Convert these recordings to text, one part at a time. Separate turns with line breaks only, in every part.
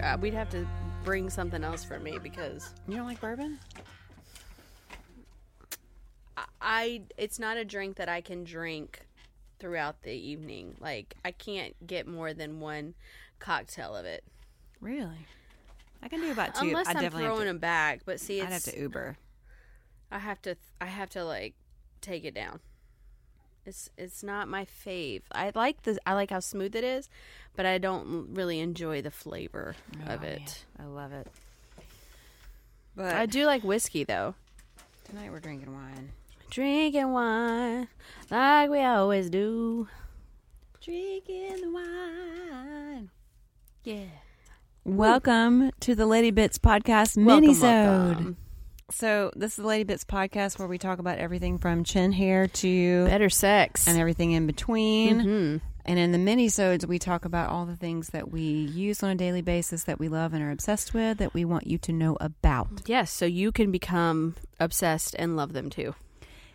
uh,
have to bring something else for me because
You don't like bourbon?
I, I it's not a drink that I can drink throughout the evening. Like I can't get more than one cocktail of it
Really? I can do about two.
unless
I
I'm
definitely
throwing
have
them back. But see,
to,
it's,
I'd have to Uber.
I have to I have to like take it down. It's it's not my fave. I like the I like how smooth it is, but I don't really enjoy the flavor of
Oh, man.
it.
I love it. But
I do like whiskey though.
tonight we're drinking wine.
Drinking wine like we always do.
Drinking the wine.
Yeah.
Welcome to the Lady Bits podcast
Welcome,
mini
welcome.
So this is the Lady Bits podcast where we talk about everything from chin hair to
Better sex.
and everything in between. And in the minisodes, we talk about all the things that we use on a daily basis that we love and are obsessed with that we want you to know about.
Yes, so you can become obsessed and love them too.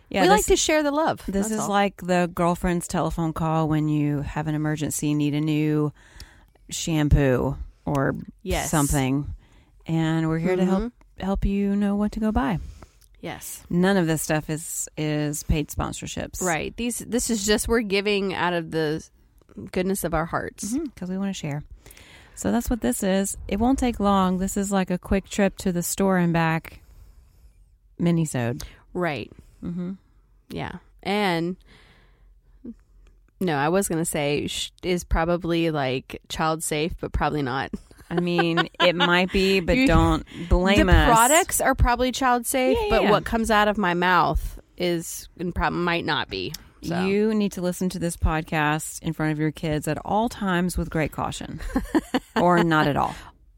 Yeah,
we
this,
like to share the love.
this
That's
is
all.
like the girlfriend's telephone call when you have an emergency, need a new shampoo or
Yes. Mm-hmm.
something, and we're here to help help you know what to go buy.
yes,
None of this stuff is is paid sponsorships,
right. These this is just we're giving out of the goodness of our hearts.
because Mm-hmm, we want to share. So that's what this is. It won't take long. This is like a quick trip to the store and back. Minisode.
Right. Mm-hmm. Yeah. And no, I was going to say sh- is probably like child safe, but probably not.
I mean, it might be, but
You-
don't blame
the
us.
products are probably child safe,
Yeah, yeah,
but
yeah.
what comes out of my mouth is and prob- might not be. So.
You need to listen to this podcast in front of your kids at all times with great caution, or not at all.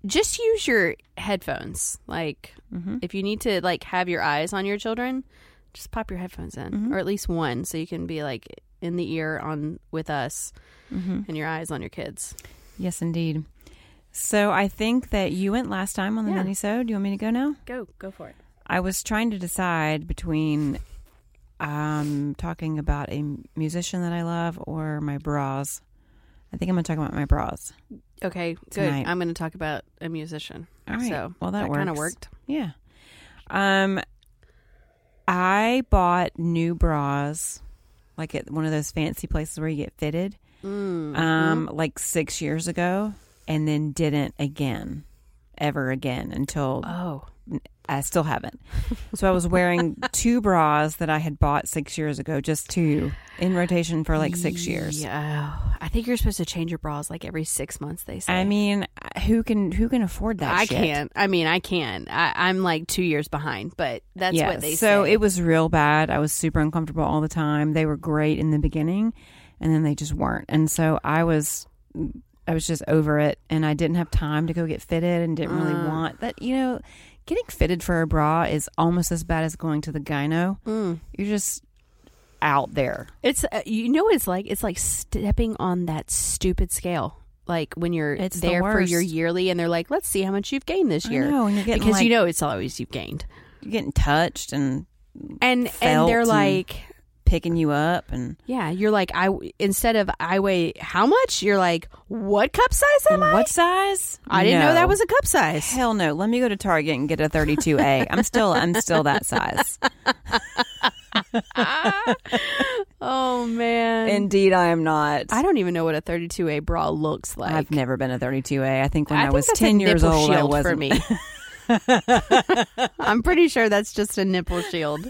just use your headphones. Like if you need to like have your eyes on your children, just pop your headphones in
Mm-hmm.
or at least one so you can be like in the ear on with us and your eyes on your kids.
Yes, indeed. So I think that you went last time on the
Yeah.
minisode. Do you want me to go now?
Go, go for it.
I was trying to decide between um, talking about a musician that I love or my bras. I think I'm going to talk about my bras.
Okay, good.
tonight.
I'm going to talk about a musician.
All right.
So
well, that,
that
works.
kind of worked.
Yeah. Um, I bought new bras, like at one of those fancy places where you get fitted,
Mm. Mm-hmm.
um, like six years ago, and then didn't again, ever again until
Oh,
I still haven't. So I was wearing two bras that I had bought six years ago, just two in rotation for like six years.
Yeah, I think you're supposed to change your bras like every six months. They say.
I mean, who can who can afford that?
I
shit?
can't. I mean, I can. I, I'm like two years behind, but that's
yeah.
what they
so
say.
it was real bad. I was super uncomfortable all the time. They were great in the beginning, and then they just weren't. And so I was. I was just over it, and I didn't have time to go get fitted, and didn't
Mm.
really want that. You know, getting fitted for a bra is almost as bad as going to the gyno.
Mm.
You're just out there.
It's uh, you know what it's like it's like stepping on that stupid scale. Like when you're
It's the
there for your
worst.
yearly, and they're like, "Let's see how much you've gained this year,"
know, and you're getting,
because you
like-
know it's always you've gained,
You're getting touched and
and and
Felt
they're
and-
like,
picking you up and
"Yeah, you're like I." Instead of I weigh how much, you're like, "What cup size am I?"
what size?
I didn't know
No.
that was a cup size.
hell no. Let me go to Target and get a 32A. I'm still I'm still that size.
Oh man,
Indeed, I am not.
I don't even know what a 32A bra looks like.
I've never been a 32A. I think when I,
think
was
that's a
10 years
nipple
old, I
shield
was
for me. I'm pretty sure that's just a nipple shield.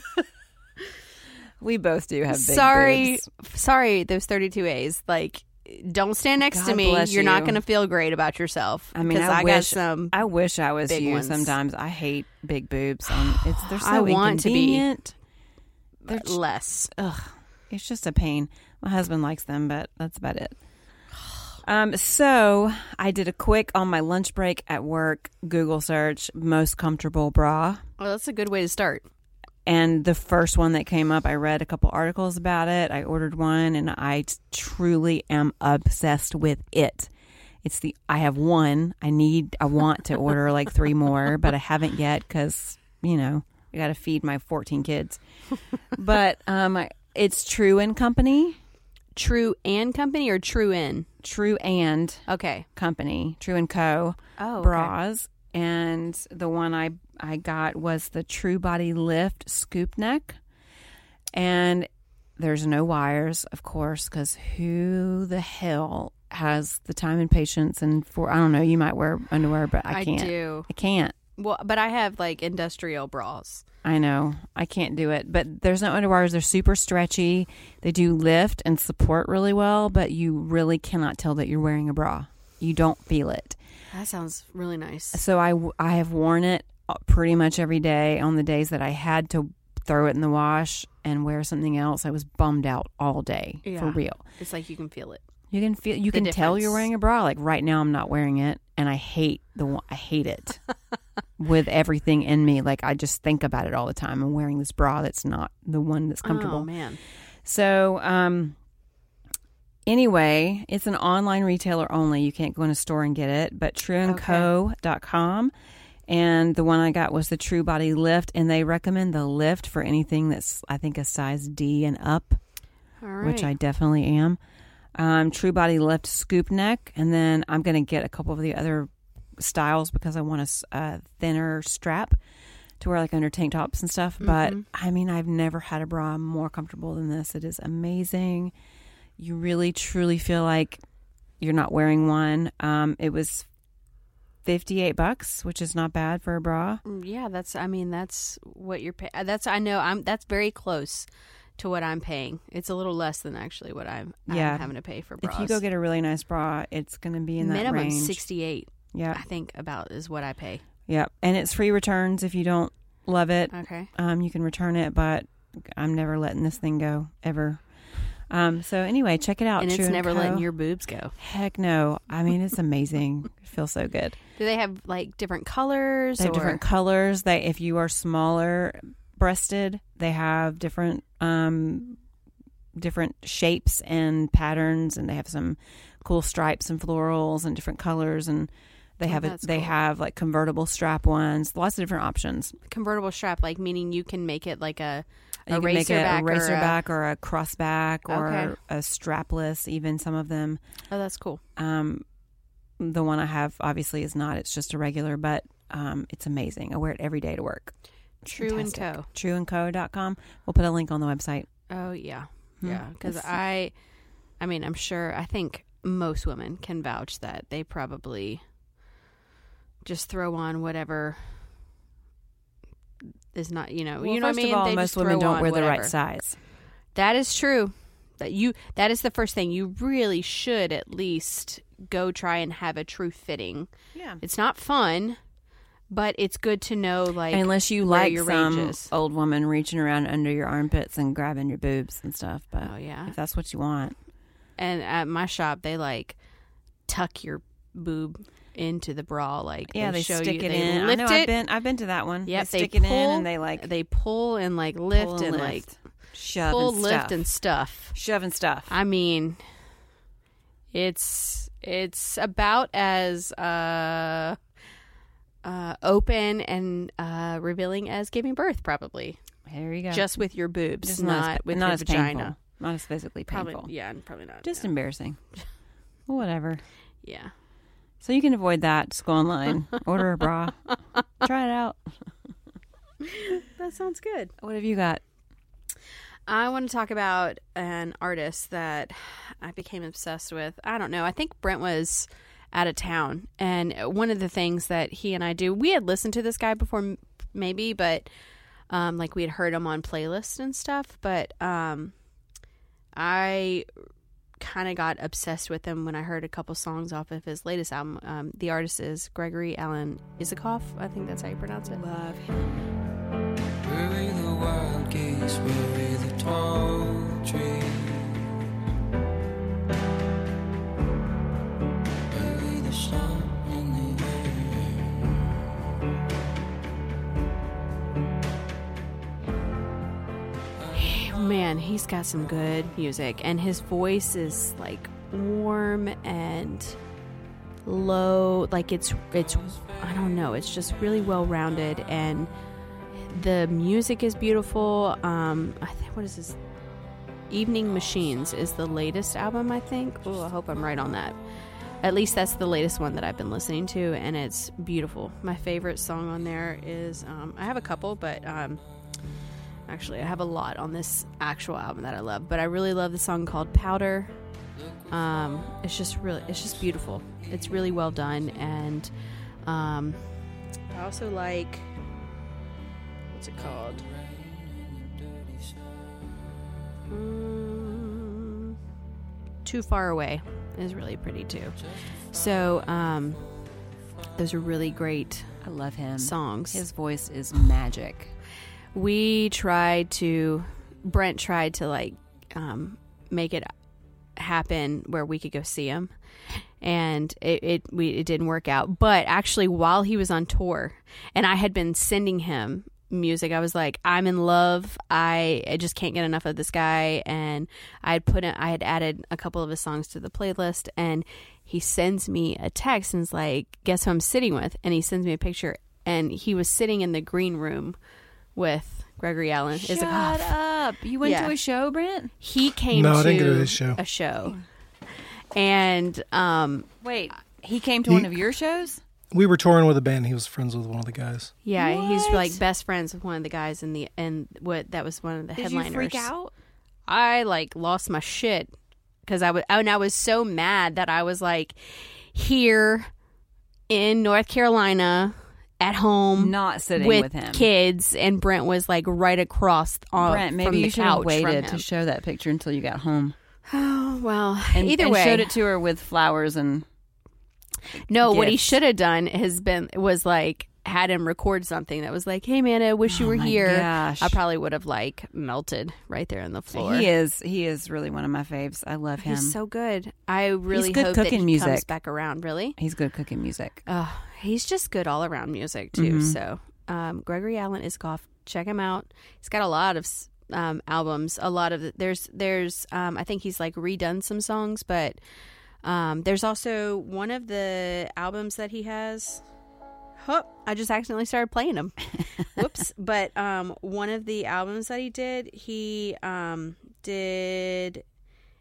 We both do have big
sorry,
boobs.
sorry, those 32 A's. Like, don't stand next to
God
me. You're
bless
not
you.
going to feel great about yourself.
I mean,
'Cause
I,
got
wish
some.
I wish I was
big
you.
ones.
Sometimes I hate big boobs. Um, it's they're so
I want to be.
inconvenient. They're j-
less.
It's just a pain. My husband likes them, but that's about it. Um, so I did a quick on my lunch break at work Google search most comfortable bra.
Well, that's a good way to start.
And the first one that came up, I read a couple articles about it. I ordered one and I t- truly am obsessed with it. It's the, I have one. I need, I want to order like three more, but I haven't yet because, you know, I got to feed my 14 kids. But um, I- it's True and Company.
True and company or true in?
True and
Okay.
Company, True and Co.
Oh, okay.
bras, and the one I I got was the True Body Lift Scoop Neck, and there's no wires, of course, because who the hell has the time and patience? And for I don't know, you might wear underwear, but I
I
can't.
do.
I can't.
Well, but I have like industrial bras.
I know. I can't do it. But there's no underwires. They're super stretchy. They do lift and support really well, but you really cannot tell that you're wearing a bra. You don't feel it.
That sounds really nice.
So I, w- I have worn it uh, pretty much every day on the days that I had to throw it in the wash and wear something else. I was bummed out all day for
Yeah.
real.
It's like you can feel it.
You can feel you
The
can tell
difference.
you're wearing a bra. Like right now, I'm not wearing it, and I hate the one. I hate it with everything in me. Like I just think about it all the time. I'm wearing this bra that's not the one that's
Oh
comfortable.
man.
so, um, anyway, it's an online retailer only. You can't go in a store and get it. But TrueAndCo.com. And the one I got was the True Body Lift, and they recommend the lift for anything that's I think a size D and up
All right.
which I definitely am. Um, True Body Lift Scoop Neck, and then I'm gonna get a couple of the other styles because I want a s- a thinner strap to wear like under tank tops and stuff. But
Mhm.
I mean, I've never had a bra more comfortable than this. It is amazing. You really truly feel like you're not wearing one. Um, it was. 58 bucks, which is not bad for a bra.
Mm, Yeah, that's. I mean, that's what you're. Pay- that's. I know. I'm. That's very close to what I'm paying. It's a little less than actually what I'm.
Yeah.
I'm having to pay for bras.
If you go get a really nice bra, it's going to be in that
minimum
range.
sixty eight,
Yeah.
I think about is what I pay.
Yep. And it's free returns if you don't love it.
Okay.
Um, you can return it, but I'm never letting this thing go ever. Um, so anyway, check it out.
and
True
it's never
Co.
letting your boobs go.
heck no. I mean, it's amazing. it feels so good.
Do they have like different colors?
They have
or-
different colors. They if you are smaller breasted, they have different um, different shapes and patterns, and they have some cool stripes and florals and different colors and. They
Oh,
have a,
that's
they
cool.
have like convertible strap ones, lots of different options.
convertible strap, like meaning you can make it like a,
You
a
can make it a
racerback or
racer
a-
back or a crossback or
Okay.
a strapless, even some of them.
Oh, that's cool.
Um, the one I have obviously is not; it's just a regular, but um, it's amazing. I wear it every day to work. It's
True and
fantastic.
Co.
Trueandco.com. We'll put a link on the website.
Oh yeah,
Hmm.
yeah. Because
It's-
I, I mean, I'm sure. I think most women can vouch that they probably just throw on whatever is not. You know.
Well,
you know
first
what I mean?
of all,
They
most
just
women
throw
don't
on
wear the right
whatever.
size.
That is true. That you that is the first thing you really should at least go try and have a true fitting.
Yeah,
It's not fun, but it's good to know like
unless you
where
like
your
some
range is.
old woman reaching around under your armpits and grabbing your boobs and stuff. But
oh yeah.
if that's what you want,
And at my shop they like tuck your boob into the bra like
yeah, they,
show
stick
you,
it
they
in. I
lift
know
it.
I've been I've been to that one.
Yep,
they
they
stick it in
pull-
and they like
they pull and like lift
Pull
and like
lift. shove
pull
and
lift
stuff.
and stuff.
shove and stuff.
I mean it's it's about as uh uh, open and uh, revealing as giving birth, probably
There you go.
just with your boobs,
Just
not,
as,
with
not
your
as
vagina.
painful, not as physically
Probably,
painful.
yeah, and probably not.
Just
yeah.
embarrassing. Well, whatever.
yeah.
So you can avoid that. Just go online, order a bra, try it out.
That sounds good.
What have you got?
I want to talk about an artist that I became obsessed with. I don't know. I think Brent was out of town, and one of the things that he and I do, we had listened to this guy before, m- maybe, but um, like we had heard him on playlists and stuff. But um, I kind of got obsessed with him when I heard a couple songs off of his latest album. Um, the artist is Gregory Allen Isikoff. I think that's how you pronounce it.
Love.
Bury the wild geese, bury the tall trees. Bury the sun in the air.
Oh, Man, he's got some good music, and his voice is like warm and low. Like it's it's I don't know. It's just really well rounded, and the music is beautiful. Um, I think what is his Evening Machines is the latest album, I think. Oh, I hope I'm right on that. At least that's the latest one that I've been listening to, and it's beautiful. My favorite song on there is um, I have a couple, but um, actually, I have a lot on this actual album that I love. But I really love the song called Powder. Um, it's just really, it's just beautiful. It's really well done, and um, I also like what's it called? Mm, Too Far Away is really pretty too. So um, those are really great
I love him.
songs.
His voice is magic.
we tried to, Brent tried to like um, make it happen where we could go see him, and it it, we, it didn't work out. But actually, while he was on tour, and I had been sending him music i was like i'm in love i, I just can't get enough of this guy and i had put in, i had added a couple of his songs to the playlist and he sends me a text and is like guess who i'm sitting with and he sends me a picture and he was sitting in the green room with gregory allen "Oh,
Shut
Isikoff.
up! You went
Yeah.
to a show, Brent?
he came
No,
to
I didn't go to his show.
a show and um
Wait, he came to
He-
one of your shows?
We were touring with a band. He was friends with one of the guys.
yeah he's
What?
like best friends with one of the guys in the and what that was one of the
Did
headliners
you freak out?
I like lost my shit because I was and I was so mad that I was like here in North Carolina at home
Not sitting with,
with,
him.
kids, and Brent was like right across on
Brent, maybe
from
you
the
should
couch
have
from
waited
him.
to show that picture until you got home.
oh well,
And,
either
and
way,
showed it to her with flowers and
No, what he
gifts.
should have done has been was like had him record something that was like, "Hey man, I wish you were
Oh my
here."
gosh.
I probably would have like melted right there on the floor.
He is he is really one of my faves. I love him.
He's so good. I really
good
hope that
cooking
he comes
music.
back around. Really,
He's good at cooking music.
Oh, he's just good all around music too.
Mm-hmm.
So, um, Gregory Allen Iskoff, check him out. He's got a lot of s- um, albums. A lot of there's there's um, I think he's like redone some songs, but um, there's also one of the albums that he has. Huh, I just accidentally started playing them. Whoops! But um, one of the albums that he did, he um, did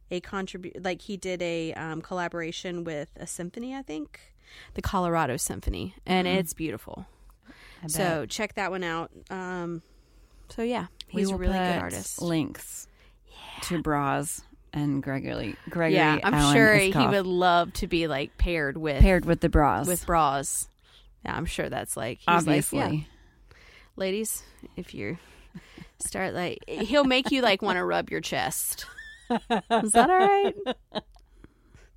a contribute like he did a um, collaboration with a symphony i think the colorado symphony and it's beautiful
Mm-hmm. I bet.
so check that one out um, so yeah he's
we
a
will
really good
put
artist
Links to Bras and Gregory Gregory.
yeah i'm
Allen
sure he
Iskoff.
would love to be like paired with
paired with the Bras.
with bras yeah i'm sure that's like he's
obviously.
like, yeah, ladies if you start like he'll make you like want to rub your chest is that all right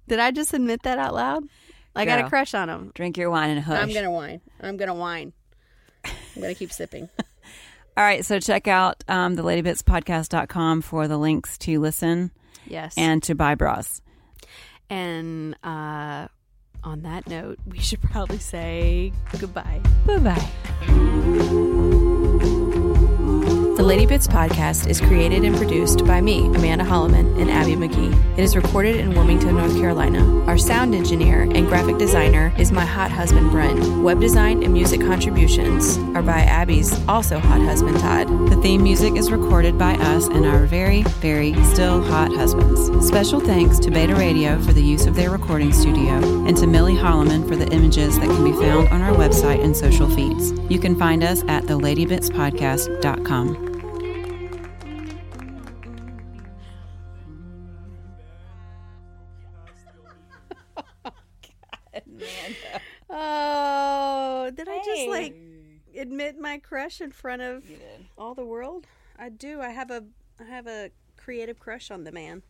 did i just admit that out loud i got a
Girl.
crush on him
Drink your wine and hush.
I'm gonna whine. I'm gonna whine. I'm gonna keep sipping.
All right, so check out um, the ladybitspodcast.com for the links to listen
Yes. And
and to buy bras.
and uh, on that note, we should probably say goodbye.
Bye bye.
The Lady Bits podcast is created and produced by me, Amanda Holloman, and Abby McGee. It is recorded in Wilmington, North Carolina. Our sound engineer and graphic designer is my hot husband, Brent. Web design and music contributions are by Abby's also hot husband, Todd.
The theme music is recorded by us and our very, very still hot husbands. Special thanks to Beta Radio for the use of their recording studio and to Millie Holloman for the images that can be found on our website and social feeds. You can find us at theladybitspodcast.com.
Oh, did I just like admit my crush in front of all the world? I do. I have a I have a creative crush on the man.